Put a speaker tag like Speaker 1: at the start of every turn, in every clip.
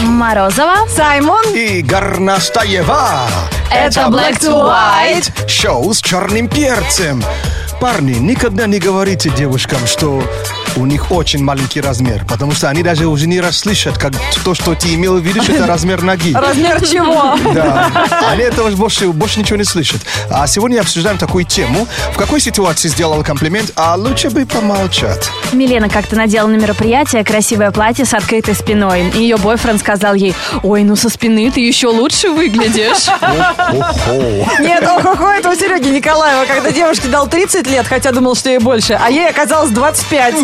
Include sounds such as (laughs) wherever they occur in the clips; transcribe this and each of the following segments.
Speaker 1: Морозова.
Speaker 2: Саймон.
Speaker 3: И Горнастаева.
Speaker 1: Это Black to White.
Speaker 3: Шоу с черным перцем. Парни, никогда не говорите девушкам, что у них очень маленький размер, потому что они даже уже не расслышат, как то, что ты имел в виду, что это
Speaker 1: (laughs)
Speaker 3: размер ноги.
Speaker 2: Размер чего?
Speaker 3: Да. Они этого больше, больше ничего не слышат. А сегодня обсуждаем такую тему. В какой ситуации сделал комплимент, а лучше бы помолчать.
Speaker 1: Милена как-то надела на мероприятие красивое платье с открытой спиной. И ее бойфренд сказал ей, ой, ну со спины ты еще лучше
Speaker 2: (laughs)
Speaker 1: выглядишь. (laughs)
Speaker 3: О-хо.
Speaker 2: Нет, охо-хо, это у Сереги Николаева, когда девушке дал 30 лет, хотя думал, что ей больше, а ей оказалось 25.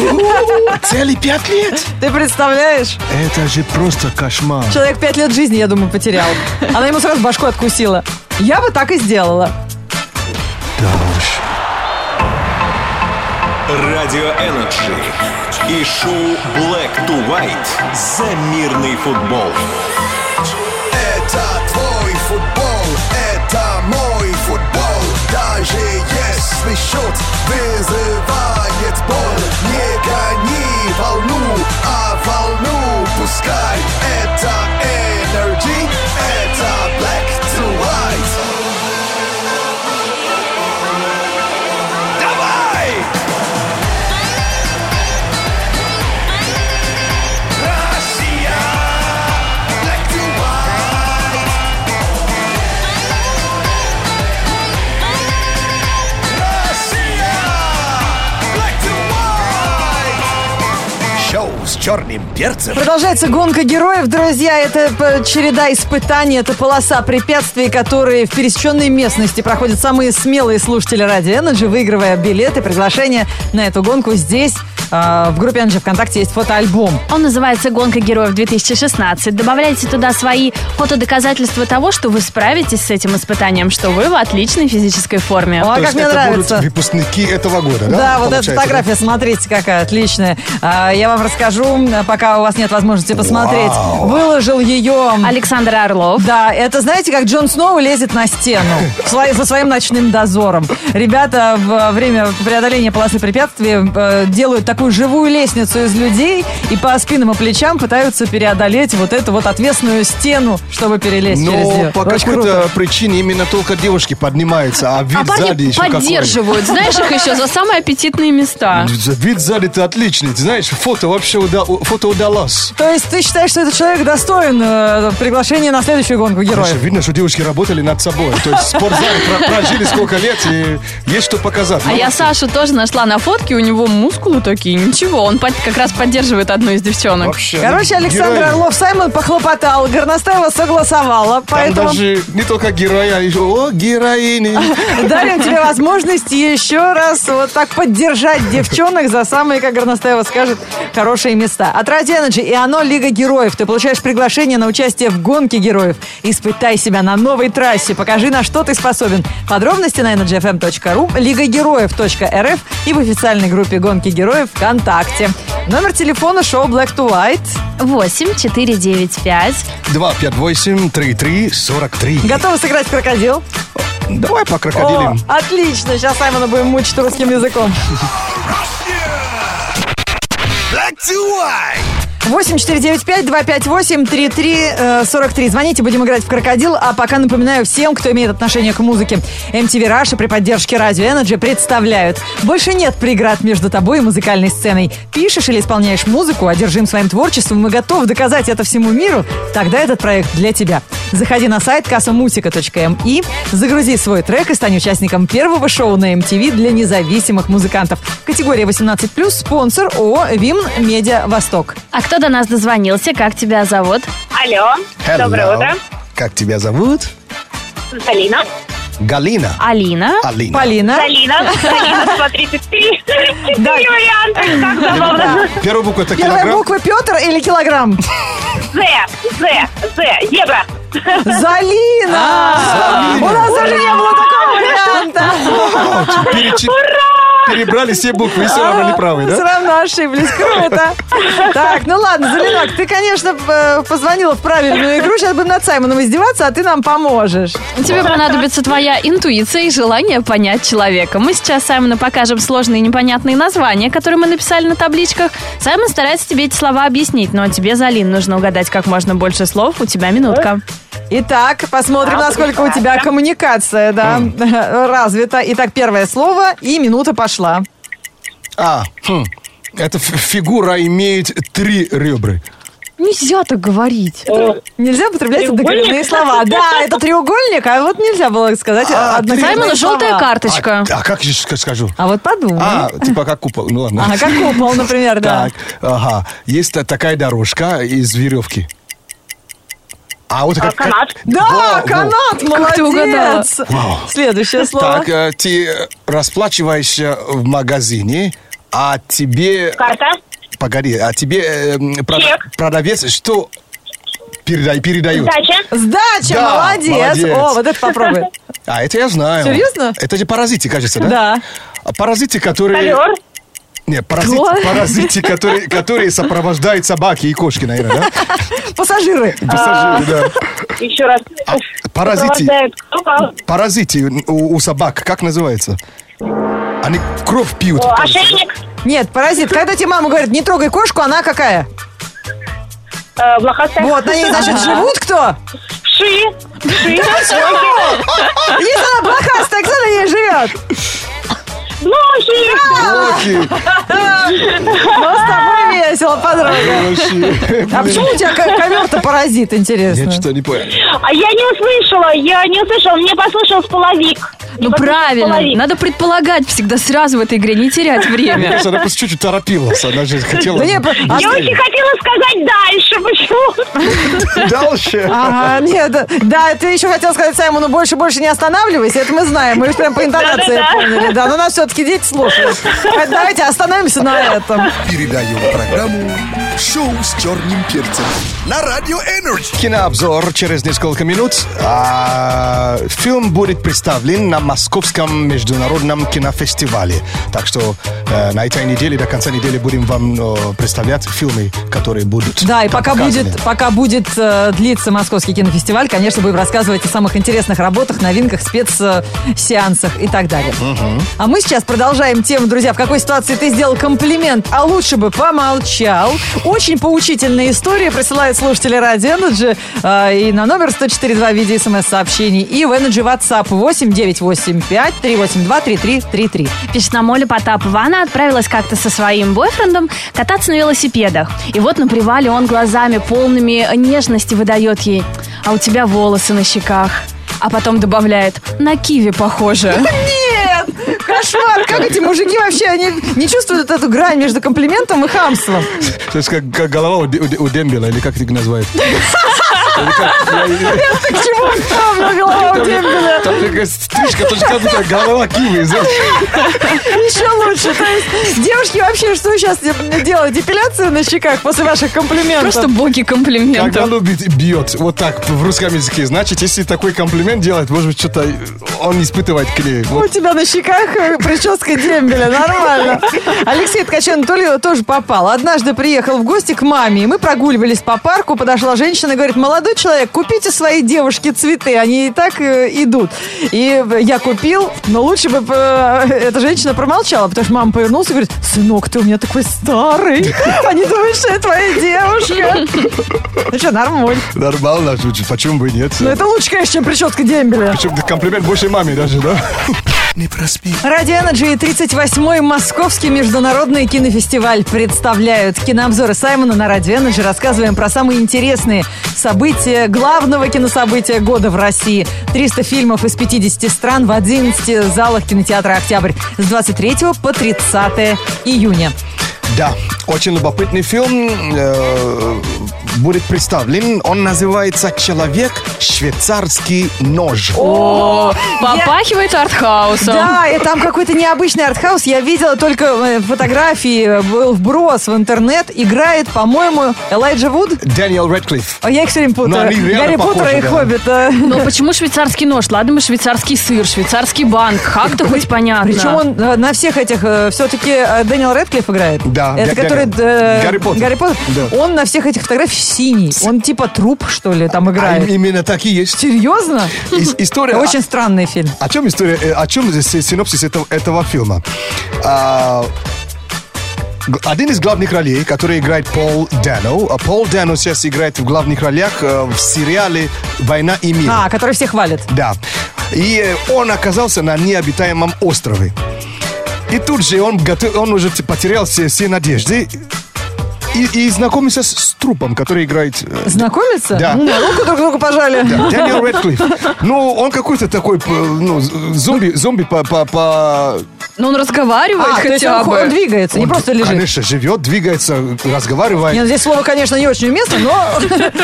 Speaker 3: Целые пять лет?
Speaker 2: Ты представляешь?
Speaker 3: Это же просто кошмар.
Speaker 2: Человек 5 лет жизни, я думаю, потерял. Она ему сразу башку откусила. Я бы так и сделала.
Speaker 3: Да уж.
Speaker 4: Радио Энерджи и шоу Black to White за мирный футбол.
Speaker 5: Это твой футбол, это мой футбол. Даже если счет вызывает боль, не гони волну, а волну пускай. Это Energy, это Black to White. Давай! Россия! Black to white! Россия! Black to white! Шоу с черным перцем.
Speaker 2: Продолжается гонка героев, друзья. Это п- череда испытаний, это полоса препятствий, которые в пересеченной местности проходят самые смелые слушатели ради Energy, выигрывая билеты, приглашения на эту гонку здесь. а, В группе Energy ВКонтакте есть фотоальбом.
Speaker 1: Он называется «Гонка героев-2016». Добавляйте туда свои фотодоказательства того, что вы справитесь с этим испытанием, что вы в отличной физической форме.
Speaker 2: А
Speaker 3: То
Speaker 2: как
Speaker 3: есть
Speaker 2: мне
Speaker 3: это
Speaker 2: нравится.
Speaker 3: будут выпускники этого года, да?
Speaker 2: Да, вот эта
Speaker 3: получается, да?
Speaker 2: фотография, смотрите, какая отличная. А, Я вам расскажу, м, пока у вас нет возможности посмотреть.
Speaker 3: Вау.
Speaker 2: Выложил ее...
Speaker 1: Александр Орлов.
Speaker 2: Да, это, знаете, как Джон Сноу лезет на стену в сло- со своим ночным дозором. Ребята во время преодоления полосы препятствий э, делают такую живую лестницу из людей и по спинам и плечам пытаются преодолеть вот эту вот отвесную стену, чтобы перелезть через
Speaker 3: Но
Speaker 2: нее.
Speaker 3: Ну, по
Speaker 2: Очень
Speaker 3: какой-то
Speaker 2: круто.
Speaker 3: причине именно только девушки поднимаются, а вид
Speaker 1: А
Speaker 3: сзади
Speaker 1: парни
Speaker 3: еще какой.
Speaker 1: поддерживают, знаешь, их еще за самые аппетитные места.
Speaker 3: Вид сзади-то отличный. Ты знаешь, фото вообще уда- фото удалось.
Speaker 2: То есть ты считаешь, что этот человек достоин э, приглашения на следующую гонку
Speaker 3: Слушай,
Speaker 2: героев?
Speaker 3: видно, что девушки работали над собой. То есть в спортзале про- прожили сколько лет, и есть что показать.
Speaker 1: А
Speaker 3: Ну,
Speaker 1: я Сашу тоже нашла на фотке, у него мускулы такие, ничего, он под- как раз поддерживает одну из девчонок.
Speaker 3: вообще,
Speaker 2: Короче,
Speaker 3: ну,
Speaker 2: Александр
Speaker 3: герои.
Speaker 2: Орлов Саймон похлопотал, Горностаева согласовала,
Speaker 3: Там
Speaker 2: поэтому
Speaker 3: даже не только герои, а еще, о,
Speaker 2: (laughs)
Speaker 3: героини. (laughs)
Speaker 2: Дарим тебе возможность еще раз вот так поддержать девчонок за самые, как Горностаева скажет, хорошие места. От Radio Energy и оно Лига Героев. Ты получаешь приглашение на участие в гонке героев. Испытай себя на новой трассе. Покажи, на что ты способен. Подробности на energyfm.ru, лигагероев.рф и в официальной группе гонки героев ВКонтакте. Номер телефона шоу Black to White.
Speaker 1: 8 4 9 5
Speaker 3: 2, 5, 8, 3, 3, 43.
Speaker 2: Готовы сыграть в крокодил?
Speaker 3: Давай по крокодилям.
Speaker 2: О, отлично. Сейчас Саймона будем мучить русским языком.
Speaker 5: Black to white!
Speaker 2: 8495-258-3343. э, Звоните, будем играть в «Крокодил». А пока напоминаю всем, кто имеет отношение к музыке. MTV Раша при поддержке Радио Energy представляют. Больше нет преград между тобой и музыкальной сценой. Пишешь или исполняешь музыку, одержим своим творчеством и готов доказать это всему миру, тогда этот проект для тебя. Заходи на сайт kassamusica.mi, загрузи свой трек и стань участником первого шоу на MTV для независимых музыкантов. Категория 18+, спонсор ООО «Вим Медиа Восток».
Speaker 1: А кто до нас дозвонился? Как тебя зовут?
Speaker 6: Алло,
Speaker 3: Hello.
Speaker 6: доброе утро.
Speaker 3: Как тебя зовут?
Speaker 6: Полина.
Speaker 3: Галина.
Speaker 1: Алина.
Speaker 3: Алина.
Speaker 2: Полина.
Speaker 6: Полина, Полина, смотрите, три, три
Speaker 2: Да.
Speaker 6: варианта, как забавно.
Speaker 3: Первая буква это
Speaker 2: Первая
Speaker 3: килограмм.
Speaker 2: буква Петр или килограмм?
Speaker 6: З, З, З, зебра.
Speaker 2: Залина! У нас даже не было такого варианта.
Speaker 3: Вот, перечи-
Speaker 6: Ура!
Speaker 3: Перебрали все буквы и все равно не правы,
Speaker 2: Все
Speaker 3: да?
Speaker 2: равно ошиблись. Круто. Так, ну ладно, Залинок, ты, конечно, э, позвонила в правильную игру. Сейчас будем над Саймоном издеваться, а ты нам поможешь.
Speaker 3: А,
Speaker 1: Тебе понадобится твоя интуиция и желание понять человека. Мы сейчас Саймону покажем сложные и непонятные названия, которые мы написали на табличках. Саймон старается тебе эти слова объяснить, но тебе, Залин, нужно угадать как можно больше слов. У тебя минутка.
Speaker 3: Э,
Speaker 2: Итак, посмотрим,
Speaker 6: Да,
Speaker 2: насколько у
Speaker 6: прекрасно.
Speaker 2: тебя коммуникация да, (laughs) развита. Итак, первое слово, и минута пошла.
Speaker 3: А, хм. Эта ф- фигура имеет три ребры.
Speaker 1: Нельзя так
Speaker 3: Э,
Speaker 1: говорить.
Speaker 2: Нельзя употреблять
Speaker 6: Треугольник?
Speaker 2: однокоренные слова.
Speaker 3: (laughs)
Speaker 2: Да, это треугольник, а вот нельзя было сказать
Speaker 3: А,
Speaker 2: однокоренные
Speaker 1: Саймону
Speaker 2: слова.
Speaker 1: желтая
Speaker 3: А,
Speaker 1: карточка.
Speaker 3: а как же ска- скажу?
Speaker 2: А вот подумай.
Speaker 3: А, типа как купол. Ну ладно.
Speaker 2: Ага, как купол, например, да.
Speaker 3: Так, ага. Есть та- такая дорожка из веревки. А вот
Speaker 6: А,
Speaker 3: как...
Speaker 6: канат.
Speaker 3: Во, во.
Speaker 2: Да, канат,
Speaker 1: Как ты угадала?
Speaker 2: молодец.
Speaker 3: Вау.
Speaker 2: Следующее слово.
Speaker 3: Так, э, ты расплачиваешься в магазине, а тебе...
Speaker 6: Карта.
Speaker 3: Погоди, а тебе э, м, прода-
Speaker 6: Чек.
Speaker 3: продавец что передай, передает?
Speaker 6: Дача.
Speaker 2: Сдача,
Speaker 3: Да,
Speaker 2: молодец.
Speaker 3: молодец.
Speaker 2: О, вот это попробуй.
Speaker 3: А это я знаю.
Speaker 2: Серьезно?
Speaker 3: Это же паразиты, кажется, да?
Speaker 2: Да.
Speaker 3: А Паразиты, которые...
Speaker 6: Ковер.
Speaker 3: Не, паразиты,
Speaker 1: Кто?
Speaker 3: паразиты, которые, которые сопровождают собаки и кошки, наверное, да?
Speaker 2: Пассажиры.
Speaker 3: Пассажиры, да.
Speaker 6: Еще раз.
Speaker 3: А, паразиты.
Speaker 6: Сопровождает кто?
Speaker 3: Паразиты у, у собак, как называется? Они кровь пьют.
Speaker 6: О, а
Speaker 3: кажется, да?
Speaker 6: Ошейник.
Speaker 2: Нет, паразит. Когда тебе мама говорит, не трогай кошку, она какая?
Speaker 6: Э, Блохастая.
Speaker 2: Вот, на ней, значит, живут кто?
Speaker 6: Ши. Ши.
Speaker 2: Если она блохастая, кто на ней живет?
Speaker 6: Блохи.
Speaker 3: Блохи,
Speaker 2: Ну, с тобой весело, подруга. (laughs)
Speaker 3: вообще.
Speaker 2: А почему у тебя ко- ковер-то паразит,
Speaker 3: Я
Speaker 2: интересно?
Speaker 3: что-то не понял.
Speaker 6: А я не услышала, я не услышала, мне послушал половик.
Speaker 1: Ну правильно, надо предполагать всегда сразу в этой игре, не терять
Speaker 3: Мне (laughs)
Speaker 1: время.
Speaker 3: кажется, она просто чуть-чуть торопилась. Она же хотела...
Speaker 2: Да не, по- а-
Speaker 6: Я очень хотела сказать дальше, почему?
Speaker 3: Дальше.
Speaker 2: Ага, нет, да, да, ты еще хотел сказать Саймону, больше-больше не останавливайся, это мы знаем, мы прям по интонации
Speaker 6: Да-да-да.
Speaker 2: поняли, да, но нас все-таки дети слушают. Поэтому Давайте остановимся на этом.
Speaker 5: Передаем программу «Шоу с черным перцем» на Радио Энерджи.
Speaker 3: Кинообзор через несколько минут. А, фильм будет представлен на Московском международном кинофестивале. Так что э, на этой неделе, до конца недели будем вам э, представлять фильмы, которые будут.
Speaker 2: Да, и
Speaker 3: там
Speaker 2: пока
Speaker 3: показаны.
Speaker 2: будет, пока будет э, длиться Московский кинофестиваль, конечно, будем рассказывать о самых интересных работах, новинках, спецсеансах и так далее. А мы сейчас продолжаем тему, друзья, в какой ситуации ты сделал комплимент, а лучше бы помолчал. Очень поучительная история присылают слушатели Радио Energy э, и на номер 104.2 в виде смс-сообщений и в Energy WhatsApp 8985 382 3333.
Speaker 1: Пишет нам Оля Потапова. Она отправилась как-то со своим бойфрендом кататься на велосипедах. И вот на привале он глазами полными нежности выдает ей. А у тебя волосы на щеках. А потом добавляет, на киви похоже.
Speaker 2: (laughs) Нет! Кошмар! а Как эти мужики вообще, они не чувствуют эту грань между комплиментом и хамством?
Speaker 3: То есть как, как голова у, Де- у Де- у Дембела, или как это называют? Или как? Я-
Speaker 2: Ты к чему вспомнил Вилова (laughs) Дембеля?
Speaker 3: Там такая стрижка, тоже как будто голова киви. знаешь.
Speaker 2: Еще лучше. То есть девушки вообще что сейчас делают? Депиляция на щеках после ваших комплиментов?
Speaker 1: Просто боги
Speaker 3: Когда
Speaker 1: комплиментов.
Speaker 3: любит, бьет. Вот так в русском языке. Значит, если такой комплимент делает, может быть, что-то он испытывает к ней. Вот
Speaker 2: у тебя на щеках э, прическа дембеля, нормально. Алексей Ткаченко Анатольева тоже попал. Однажды приехал в гости к маме, и мы прогуливались по парку, подошла женщина и говорит, молодой человек, купите своей девушке цветы, они и так э, идут. И я купил, но лучше бы э, эта женщина промолчала, потому что мама повернулась и говорит, сынок, ты у меня такой старый, они думают, что я твоя
Speaker 1: (laughs)
Speaker 2: девушка. Ну что, нормуль.
Speaker 3: нормально звучит. Почему бы и нет?
Speaker 2: Но это лучше, конечно, чем прическа дембеля.
Speaker 3: Причем комплимент больше маме даже, да?
Speaker 5: Не проспи.
Speaker 2: Радио Energy и 38-й Московский международный кинофестиваль представляют кинообзоры Саймона на Радио Energy. Рассказываем про самые интересные события главного кинособытия года в России. 300 фильмов из 50 стран в 11 залах кинотеатра «Октябрь» с 23 по 30 июня.
Speaker 3: Да, очень любопытный фильм. Э, будет представлен. Он называется «Человек швейцарский нож».
Speaker 1: Попахивает артхаусом.
Speaker 2: Да, и там какой-то необычный артхаус. Я видела только э, фотографии, э, был вброс в интернет. Играет, по-моему, Элайджа Вуд.
Speaker 3: Дэниел Рэдклифф.
Speaker 2: А я их все время путаю.
Speaker 3: Ну, они реально
Speaker 2: Гарри Поттера
Speaker 3: похожи,
Speaker 2: и
Speaker 3: да.
Speaker 2: Хоббит. э.
Speaker 1: Ну почему швейцарский нож? Ладно, мы швейцарский сыр, швейцарский банк. Как-то хоть понятно.
Speaker 2: Причем он э, на всех этих все-таки Дэниел Рэдклифф играет.
Speaker 3: Да,
Speaker 2: Это
Speaker 3: Га-
Speaker 2: который
Speaker 3: Гарри-
Speaker 2: э,
Speaker 3: Гарри Поттер. Да.
Speaker 2: Он на всех этих фотографиях синий. Он типа труп, что ли, там
Speaker 3: А им-
Speaker 2: играет.
Speaker 3: именно так и есть.
Speaker 2: Серьезно?
Speaker 3: Ис- История...
Speaker 2: (laughs) Очень странный фильм.
Speaker 3: О чем история, э, о чем здесь синопсис этого, этого фильма? А, г- один из главных ролей, который играет Пол Дано, а Пол Дано сейчас играет в главных ролях э, в сериале «Война и мир».
Speaker 2: А, который все хвалят.
Speaker 3: Да. И э, он оказался на необитаемом острове. И тут же он, готов, он уже типа, потерял все, все надежды и, и знакомился с, с трупом, который играет э,
Speaker 2: Знакомиться?
Speaker 3: Да.
Speaker 2: Ну, руку друг другу пожали.
Speaker 3: да, Дэниел Рэдклифф. Ну, он какой-то такой, п- ну, з- зомби, зомби по... по, по-
Speaker 1: Но он разговаривает
Speaker 2: А, то есть
Speaker 1: хотя
Speaker 2: он,
Speaker 1: бы.
Speaker 2: он двигается, не
Speaker 3: он,
Speaker 2: просто лежит.
Speaker 3: Конечно, живет, двигается, разговаривает.
Speaker 2: Не, ну здесь слово, конечно, не очень уместно, но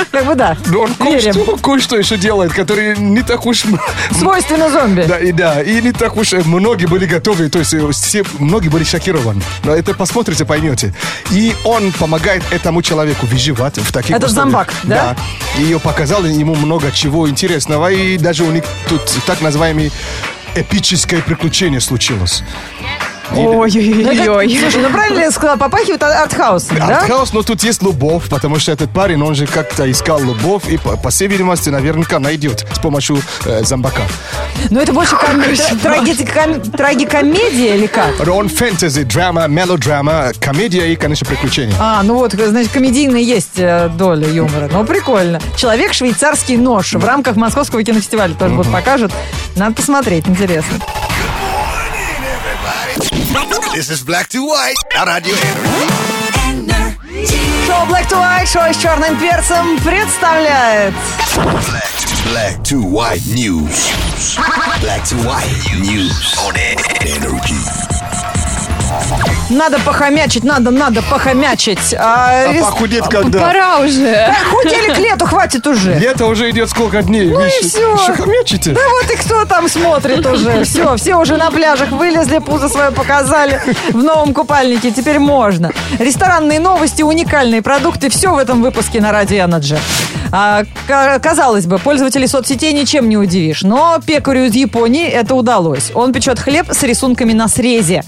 Speaker 2: (laughs) как бы да.
Speaker 3: Но он
Speaker 2: Верим.
Speaker 3: кое-что, кое-что еще делает, который не так уж... м-
Speaker 2: Свойственно зомби.
Speaker 3: Да, и да, и не так уж э, многие были готовы, то есть э, все, многие были шокированы. Но это посмотрите, поймете. И он помогает этому человеку выживать в таких
Speaker 2: Этот
Speaker 3: условиях.
Speaker 2: зомбак, да?
Speaker 3: Да. И показал ему много чего интересного, и даже у них тут так называемое эпическое приключение случилось.
Speaker 2: Ну, это-
Speaker 1: Ой-ой-ой.
Speaker 2: Слушай, ну правильно я сказала, попахивает а- артхаус, да?
Speaker 3: Артхаус, но тут есть любовь, потому что этот парень, он же как-то искал любовь, и по, по всей видимости, наверняка найдет с помощью э, зомбака.
Speaker 2: Но Ну, это больше ком- тра- трагеди- ком- трагикомедия или как?
Speaker 3: Он фэнтези, драма, мелодрама, комедия и, конечно, приключения.
Speaker 2: А, ну вот, значит, комедийная есть э, доля юмора. Ну, прикольно. Человек швейцарский нож. В рамках Московского кинофестиваля тоже вот покажут. Надо посмотреть, интересно.
Speaker 5: This is Black to White на радио Energy.
Speaker 2: Шоу Black to White, шоу с черным перцем представляет.
Speaker 5: Black, Black to White News. Black to White News on Energy.
Speaker 2: Надо похомячить, надо, надо похомячить. А,
Speaker 3: А
Speaker 2: рис-
Speaker 3: похудеть когда?
Speaker 1: Пора уже.
Speaker 2: Худели к лету, хватит уже.
Speaker 3: Лето уже идет сколько дней? Ну
Speaker 2: и всё.
Speaker 3: хомячите?
Speaker 2: Да вот и кто там смотрит уже. Все, все уже на пляжах вылезли, пузо свое показали в новом купальнике. Теперь можно. Ресторанные новости, уникальные продукты. Все в этом выпуске на Радио Energy. А, к- казалось бы, пользователей соцсетей ничем не удивишь. Но пекарю из Японии это удалось. Он печет хлеб с рисунками на срезе.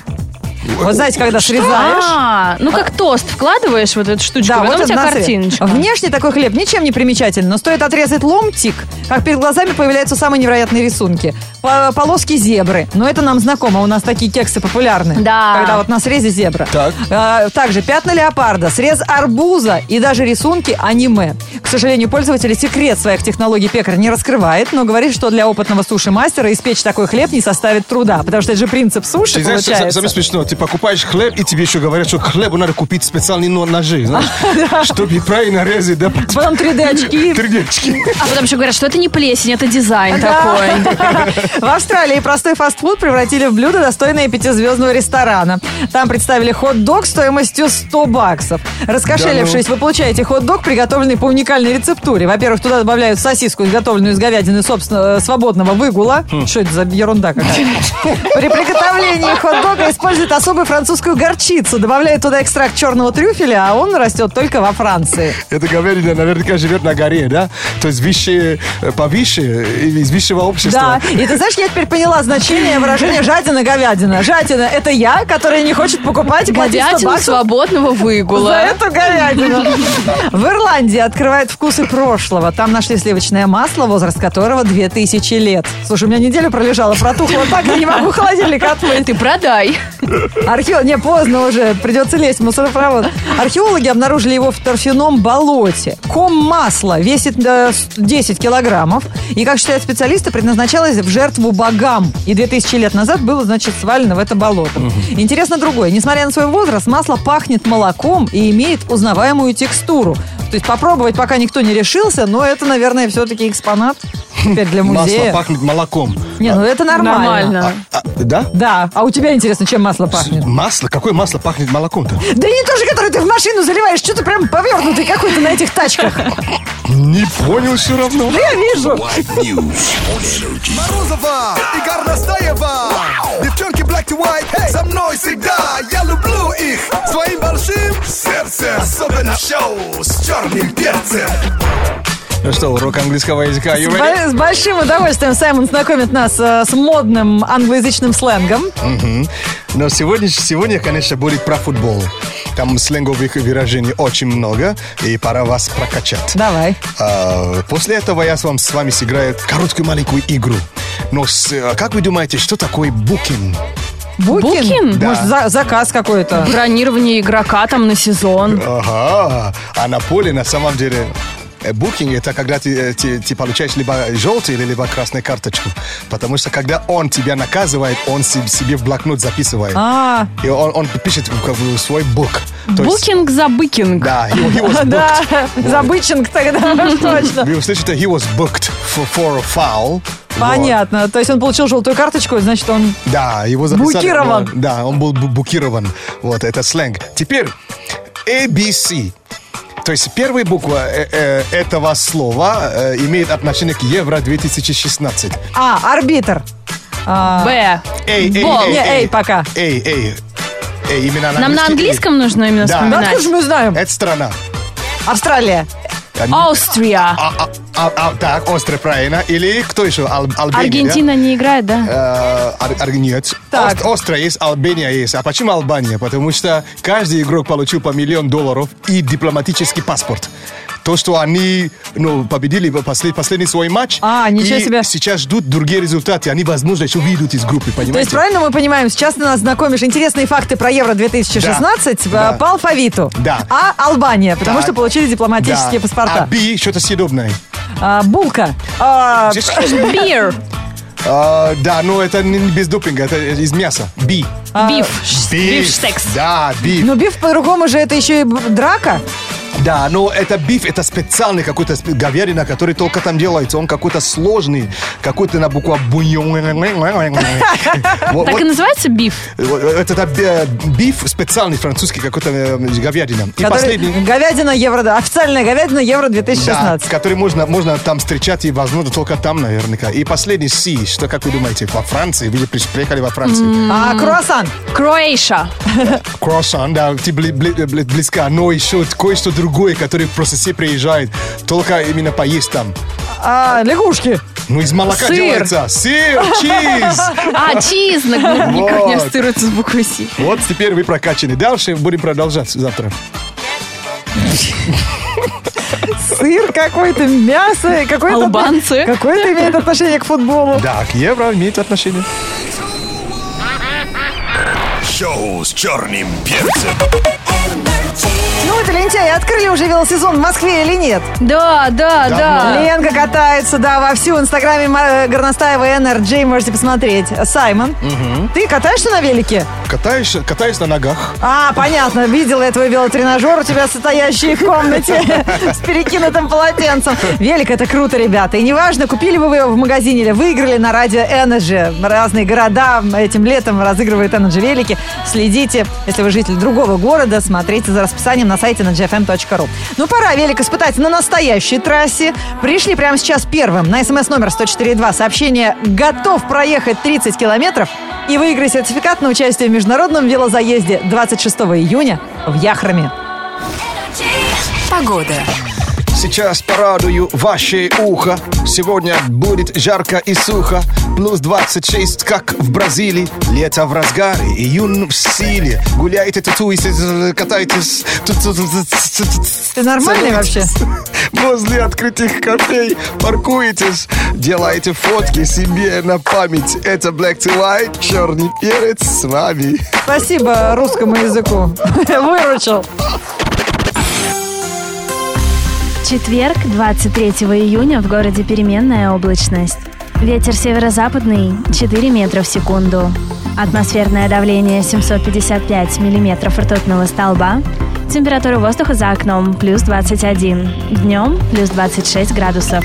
Speaker 2: Вот знаете, когда срезаешь...
Speaker 1: А, ну как тост, вкладываешь вот эту штучку, потом у
Speaker 2: это
Speaker 1: тебя
Speaker 2: на срез.
Speaker 1: картиночка.
Speaker 2: Внешне такой хлеб ничем не примечателен, но стоит отрезать ломтик, как перед глазами появляются самые невероятные рисунки. По- Полоски зебры. Но это нам знакомо, у нас такие кексы популярны.
Speaker 1: Да.
Speaker 2: Когда вот на срезе зебра.
Speaker 3: Так.
Speaker 2: А, также пятна леопарда, срез арбуза и даже рисунки аниме. К сожалению, пользователи секрет своих технологий пекарь не раскрывает, но говорит, что для опытного суши-мастера испечь такой хлеб не составит труда, потому что это же принцип суши
Speaker 3: Ты знаешь,
Speaker 2: получается.
Speaker 3: са- самое смешное, ты покупаешь хлеб, и тебе еще говорят, что к хлебу надо купить специальные но- ножи,
Speaker 2: (laughs)
Speaker 3: знаешь, чтобы правильно резать, да,
Speaker 2: Потом 3D-очки,
Speaker 3: тридечки.
Speaker 1: А потом еще говорят, что это не плесень, это дизайн
Speaker 2: (laughs)
Speaker 1: такой.
Speaker 2: В Австралии простой фастфуд превратили в блюдо, достойное пятизвездного ресторана. Там представили хот-дог стоимостью 100 баксов. Раскошелившись, вы получаете хот-дог, приготовленный по уникальной рецептуре. Во-первых, туда добавляют сосиску, изготовленную из говядины собственно, э, свободного выгула. Что это за ерунда какая? При приготовлении хот-дога используют особую французскую горчицу. Добавляют туда экстракт черного трюфеля, а он растет только во Франции.
Speaker 3: Это говядина наверняка живет на горе, да? То есть выше, э, повыше, э, из высшего
Speaker 2: Да,
Speaker 3: общества.
Speaker 2: и ты знаешь, я теперь поняла значение выражения «жадина-говядина». Жадина – это я, которая не хочет покупать платить 100
Speaker 1: Говядину
Speaker 2: баксов
Speaker 1: свободного
Speaker 2: за
Speaker 1: выгула.
Speaker 2: эту говядину. В Ирландии открывают вкусы прошлого. Там нашли сливочное масло, возраст которого 2000 лет. Слушай, у меня неделю пролежала, протухла так, я не могу холодильник отмыть.
Speaker 1: Ты продай.
Speaker 2: Архео... Не, поздно уже, придется лезть в мусоропровод. Археологи обнаружили его в торфяном болоте. Ком масла весит э, с- 10 килограммов. И, как считают специалисты, предназначалось в жертву богам. И 2000 лет назад было, значит, свалено в это болото. Интересно другое. Несмотря на свой возраст, масло пахнет молоком и имеет узнаваемую текстуру. То есть попробовать пока никто не решился, но это, наверное, все-таки экспонат. теперь для
Speaker 3: Масло
Speaker 2: музея.
Speaker 3: пахнет молоком.
Speaker 2: Не, ну это нормально.
Speaker 1: Нормально.
Speaker 3: А, да?
Speaker 2: Да, а у тебя интересно, чем масло пахнет?
Speaker 3: Масло? Какое масло пахнет молоком-то?
Speaker 2: Да не то же, которое ты в машину заливаешь, что ты прям повернутый какой-то на этих тачках.
Speaker 3: Не понял все равно.
Speaker 2: Я вижу.
Speaker 5: White news on energy.
Speaker 7: Розова и Горностаева Девчонки black to white, эй, со мной всегда Я люблю их своим большим сердцем Особенно шоу с черным перцем
Speaker 3: Ну что, урок английского языка.
Speaker 2: С
Speaker 3: You ready?
Speaker 2: бо- с большим удовольствием Саймон знакомит нас э, с модным англоязычным сленгом.
Speaker 3: Мгм. Но сегодня, сегодня, конечно, будет про футбол. Там сленговых выражений очень много, и пора вас прокачать.
Speaker 2: Давай.
Speaker 3: А, после этого я с, вам, с вами сыграю короткую маленькую игру. Но с- а как вы думаете, что такое букин?
Speaker 1: Букин?
Speaker 3: Да.
Speaker 2: Может, за- заказ какой-то.
Speaker 1: Бронирование игрока там на сезон.
Speaker 3: Ага, а на поле на самом деле... э, Букинг это когда ты, э, ты- ты получаешь либо желтую или либо красную карточку. Потому что когда он тебя наказывает, он се- себе в блокнот записывает.
Speaker 2: А,
Speaker 3: И он, он пишет в как бы свой бук. То есть-
Speaker 1: Букинг за букинг.
Speaker 3: Да, he, he was booked.
Speaker 2: (laughs) да, забычинг тогда, (laughs) уж точно.
Speaker 3: Вы услышите, he was booked for, for a foul.
Speaker 2: Понятно. То есть он получил желтую карточку, значит, он...
Speaker 3: Вот. Да, его записали.
Speaker 2: Букирован.
Speaker 3: Вот, Да, он был бу- букирован. Вот, это сленг. Теперь ABC. То есть первая буква э, э, этого слова э, имеет отношение к Евро-2016.
Speaker 2: А, арбитр. А,
Speaker 1: Б.
Speaker 3: Эй, эй,
Speaker 1: Бол.
Speaker 2: Не, эй,
Speaker 3: эй.
Speaker 2: пока.
Speaker 3: Эй, эй, эй, именно на
Speaker 1: Нам на английском нужно именно
Speaker 3: Да.
Speaker 2: Да
Speaker 1: вспоминать.
Speaker 2: откуда же мы знаем?
Speaker 3: Это страна.
Speaker 2: Австралия.
Speaker 1: Австрия.
Speaker 3: А, а, а, а, так, острый, правильно. Или кто еще? Ал- Албания, да?
Speaker 1: Аргентина не играет,
Speaker 3: (laughs)
Speaker 1: да?
Speaker 3: Э, Ар- Ар- нет.
Speaker 2: Так.
Speaker 3: Ост- Острая есть, Албания есть. А почему Албания? Потому что каждый игрок получил по миллион долларов и дипломатический паспорт. То, что они ну, победили в послед- последний свой матч.
Speaker 2: А, ничего
Speaker 3: и
Speaker 2: себе.
Speaker 3: сейчас ждут другие результаты. Они, возможно, еще выйдут из группы,
Speaker 2: То есть
Speaker 3: понимаете?
Speaker 2: правильно мы понимаем, сейчас ты нас знакомишь интересные факты про Евро-2016
Speaker 3: Да.
Speaker 2: по алфавиту.
Speaker 3: Да.
Speaker 2: А Албания, потому
Speaker 3: Так.
Speaker 2: что получили
Speaker 3: Да.
Speaker 2: дипломатические
Speaker 3: А
Speaker 2: паспорта.
Speaker 3: B что-то съедобное.
Speaker 2: А, булка. А,
Speaker 3: Здесь-
Speaker 1: Бир.
Speaker 3: А, да, но это не без допинга, это из мяса. Би.
Speaker 1: Биф. Бифштекс.
Speaker 3: Да, биф.
Speaker 2: ну, биф по-другому же это еще и б- драка.
Speaker 3: Да, но это биф, это специальный какой-то спе- говядина, который только там делается. Он какой-то сложный, какой-то на букву буньон. Вот-
Speaker 1: Так и
Speaker 3: вот-
Speaker 1: называется биф?
Speaker 3: вот Это та бе- биф специальный французский какой-то э, говядина. И
Speaker 2: который-
Speaker 3: последний.
Speaker 2: Говядина евро, да, официальная говядина
Speaker 3: Да,
Speaker 2: евро-2016.
Speaker 3: который можно, можно там встречать и, возможно, только там наверняка. И последний Си, что, как вы думаете, во Франции? Вы же приш- приехали во Францию. А,
Speaker 2: А круассан.
Speaker 1: Кроэйша.
Speaker 3: Круассан, да, ты бли- бли- бли- близка, но еще кое-что другое, которое просто все приезжают, только именно поесть там.
Speaker 2: А, лягушки.
Speaker 3: Ну, из молока
Speaker 1: Сыр.
Speaker 3: делается сыр, чиз. (laughs)
Speaker 1: А, чиз. Ну, Никак не
Speaker 3: Вот.
Speaker 1: ассоциируется с буквой Си.
Speaker 3: Вот теперь вы прокачаны. Дальше будем продолжать завтра.
Speaker 2: Сыр какой-то, мясо. Какое-то,
Speaker 1: Албанцы.
Speaker 2: Какое-то имеет отношение к футболу.
Speaker 3: Да, к евро имеет отношение.
Speaker 7: Шоу с черным перцем
Speaker 2: Ну, это лентяи, открыли уже велосезон в Москве или нет?
Speaker 1: Да, да, да.
Speaker 2: Ленка катается, да, вовсю. В инстаграме Ма- э, Горностаева Энерджи можете посмотреть. Саймон, ты катаешься на велике?
Speaker 3: Катаюсь, катаюсь на ногах.
Speaker 2: А, понятно, видела я твой велотренажер у тебя состоящий в комнате (laughs) с перекинутым полотенцем. Велик это круто, ребята. И неважно, купили бы вы его в магазине или выиграли на радио Energy. Разные города этим летом разыгрывают Energy велики. Следите, если вы житель другого города, смотрите за расписанием на сайте energyfm.ru. Ну, пора велик испытать на настоящей трассе. Пришли прямо сейчас первым на смс номер 104.2 сообщение «Готов проехать 30 километров» и выиграй сертификат на участие в международном велозаезде 26 июня в Яхраме.
Speaker 3: Сейчас порадую ваше ухо. Сегодня будет жарко и сухо. Плюс 26, как в Бразилии. Лето в разгаре, июнь в силе. Гуляйте, татуете, катайтесь. Ту- ту- ту- ту- ту- ту-
Speaker 2: Ты нормальный вообще?
Speaker 3: Возле открытых кафей паркуетесь, делаете фотки себе на память. Это Black to White, черный перец с вами.
Speaker 2: Спасибо русскому языку. Выручил.
Speaker 8: Четверг, 23 июня, в городе переменная облачность. Ветер северо-западный 4 метра в секунду. Атмосферное давление 755 миллиметров ртутного столба. Температура воздуха за окном плюс 21. Днем плюс 26 градусов.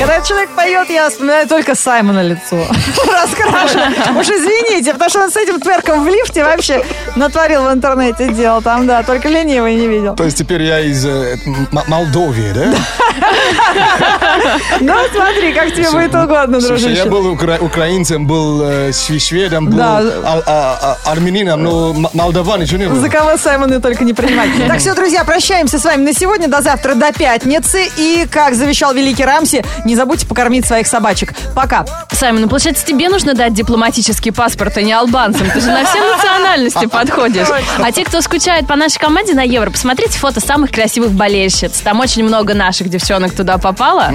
Speaker 2: Когда человек поет, я вспоминаю только Саймона лицо. (laughs) Раскрашено. Уж извините, потому что он с этим тверком в лифте вообще натворил в интернете дел. Там, да, только ленивый не видел.
Speaker 3: То есть теперь я из э, М- Молдовии, да?
Speaker 2: Ну, смотри, как тебе будет угодно,
Speaker 3: Слушай, я
Speaker 2: дружище.
Speaker 3: был укра- украинцем, был э, шве- шведом, был
Speaker 2: Да. Э.
Speaker 3: ал- а- а- армянином, но м- молдаван еще не был.
Speaker 2: За кого Саймона только не
Speaker 3: (laughs)
Speaker 2: принимать. Так все, друзья, прощаемся с вами на сегодня. До завтра, до пятницы. И, как завещал великий Рамси, не забудьте покормить своих собачек. Пока.
Speaker 1: Саймон, ну, получается, тебе нужно дать дипломатический паспорт, а не албанцам. Ты же на все национальности подходишь. А те, кто скучает по нашей команде на Евро, посмотрите фото самых красивых болельщиц. Там очень много наших девчонок туда попало.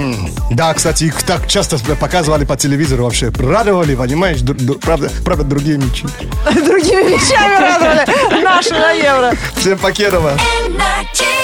Speaker 3: Да, кстати, их так часто показывали по телевизору вообще. Радовали, понимаешь, дру- дру- правда, правда, другие мячи.
Speaker 2: Другими вещами радовали. Наши на евро.
Speaker 3: Всем покерова.
Speaker 9: energy.